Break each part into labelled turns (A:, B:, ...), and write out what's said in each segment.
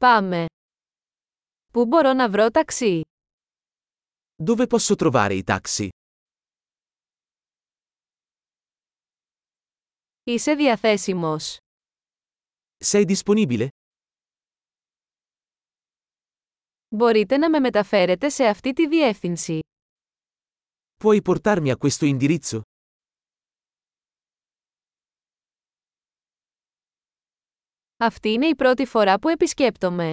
A: Πάμε. Πού μπορώ να βρω ταξί?
B: Dove posso trovare i taxi?
A: Είσαι διαθέσιμος.
B: Sei disponibile?
A: Μπορείτε να με μεταφέρετε σε αυτή τη διεύθυνση.
B: Puoi portarmi a questo indirizzo?
A: Αυτή είναι η πρώτη φορά που επισκέπτομαι.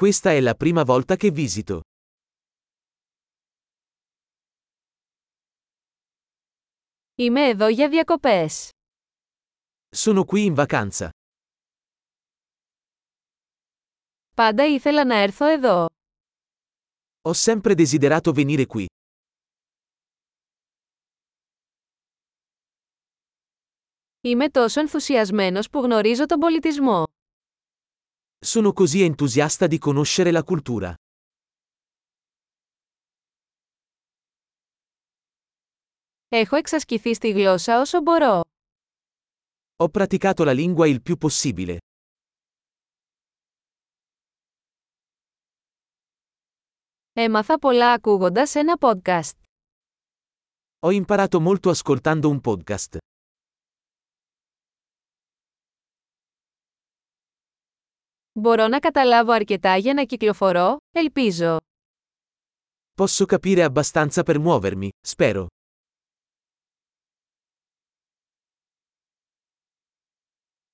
B: Questa è la prima volta che visito.
A: Είμαι εδώ για διακοπές.
B: Sono qui in vacanza.
A: Πάντα ήθελα να έρθω εδώ.
B: Ho sempre desiderato venire qui.
A: Είμαι τόσο ενθουσιασμένος που γνωρίζω τον πολιτισμό.
B: Sono così entusiasta di conoscere la cultura.
A: Έχω εξασκηθεί στη γλώσσα όσο μπορώ.
B: Ho praticato la lingua il più possibile.
A: Έμαθα πολλά ακούγοντας ένα podcast.
B: Ho imparato molto ascoltando un podcast.
A: Μπορώ να καταλάβω αρκετά για να κυκλοφορώ, ελπίζω.
B: Posso capire abbastanza per muovermi, spero.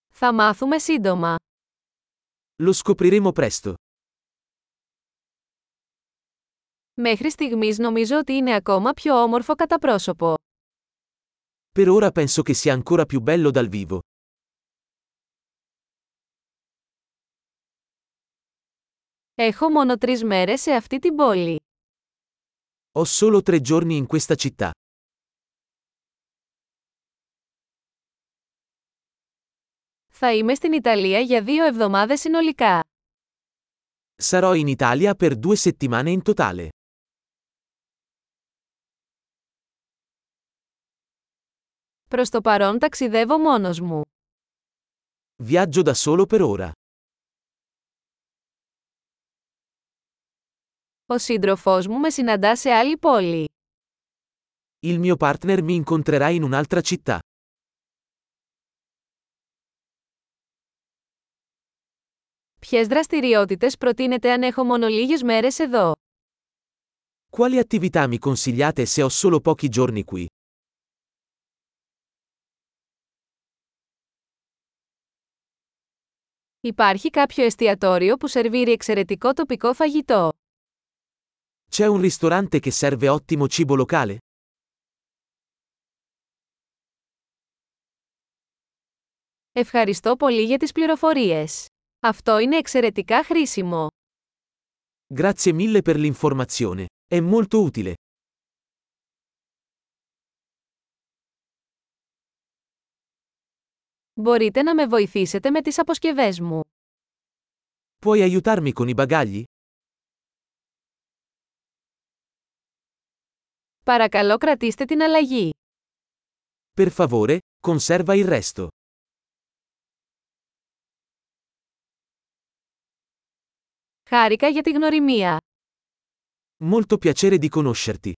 A: Θα μάθουμε σύντομα.
B: Lo scopriremo presto.
A: Μέχρι στιγμής νομίζω ότι είναι ακόμα πιο όμορφο κατά πρόσωπο.
B: Per ora penso che sia ancora più bello dal vivo.
A: Έχω μόνο τρεις μέρες σε αυτή την πόλη.
B: Ho solo tre giorni in questa città.
A: Θα είμαι στην Ιταλία για δύο εβδομάδες συνολικά.
B: Sarò in Italia per due settimane in totale.
A: Προς το παρόν ταξιδεύω μόνος μου.
B: Viaggio da solo per ora.
A: Ο σύντροφός μου με συναντά σε άλλη πόλη.
B: Il mio partner mi incontrerà in un'altra città.
A: Ποιες δραστηριότητες προτείνετε αν έχω μόνο λίγες μέρες εδώ.
B: Quali attività mi consigliate se ho solo pochi giorni qui?
A: Υπάρχει κάποιο εστιατόριο που σερβίρει εξαιρετικό τοπικό φαγητό.
B: C'è un ristorante che serve ottimo cibo locale?
A: Ευχαριστώ πολύ για τις πληροφορίες. Αυτό είναι εξαιρετικά χρήσιμο.
B: Grazie mille per l'informazione. È molto utile.
A: Μπορείτε να με βοηθήσετε με τις αποσκευές μου.
B: Puoi aiutarmi con i bagagli?
A: Παρακαλώ κρατήστε την αλλαγή.
B: Per favore, conserva il resto.
A: Χάρηκα για τη γνωριμία.
B: Molto piacere di conoscerti.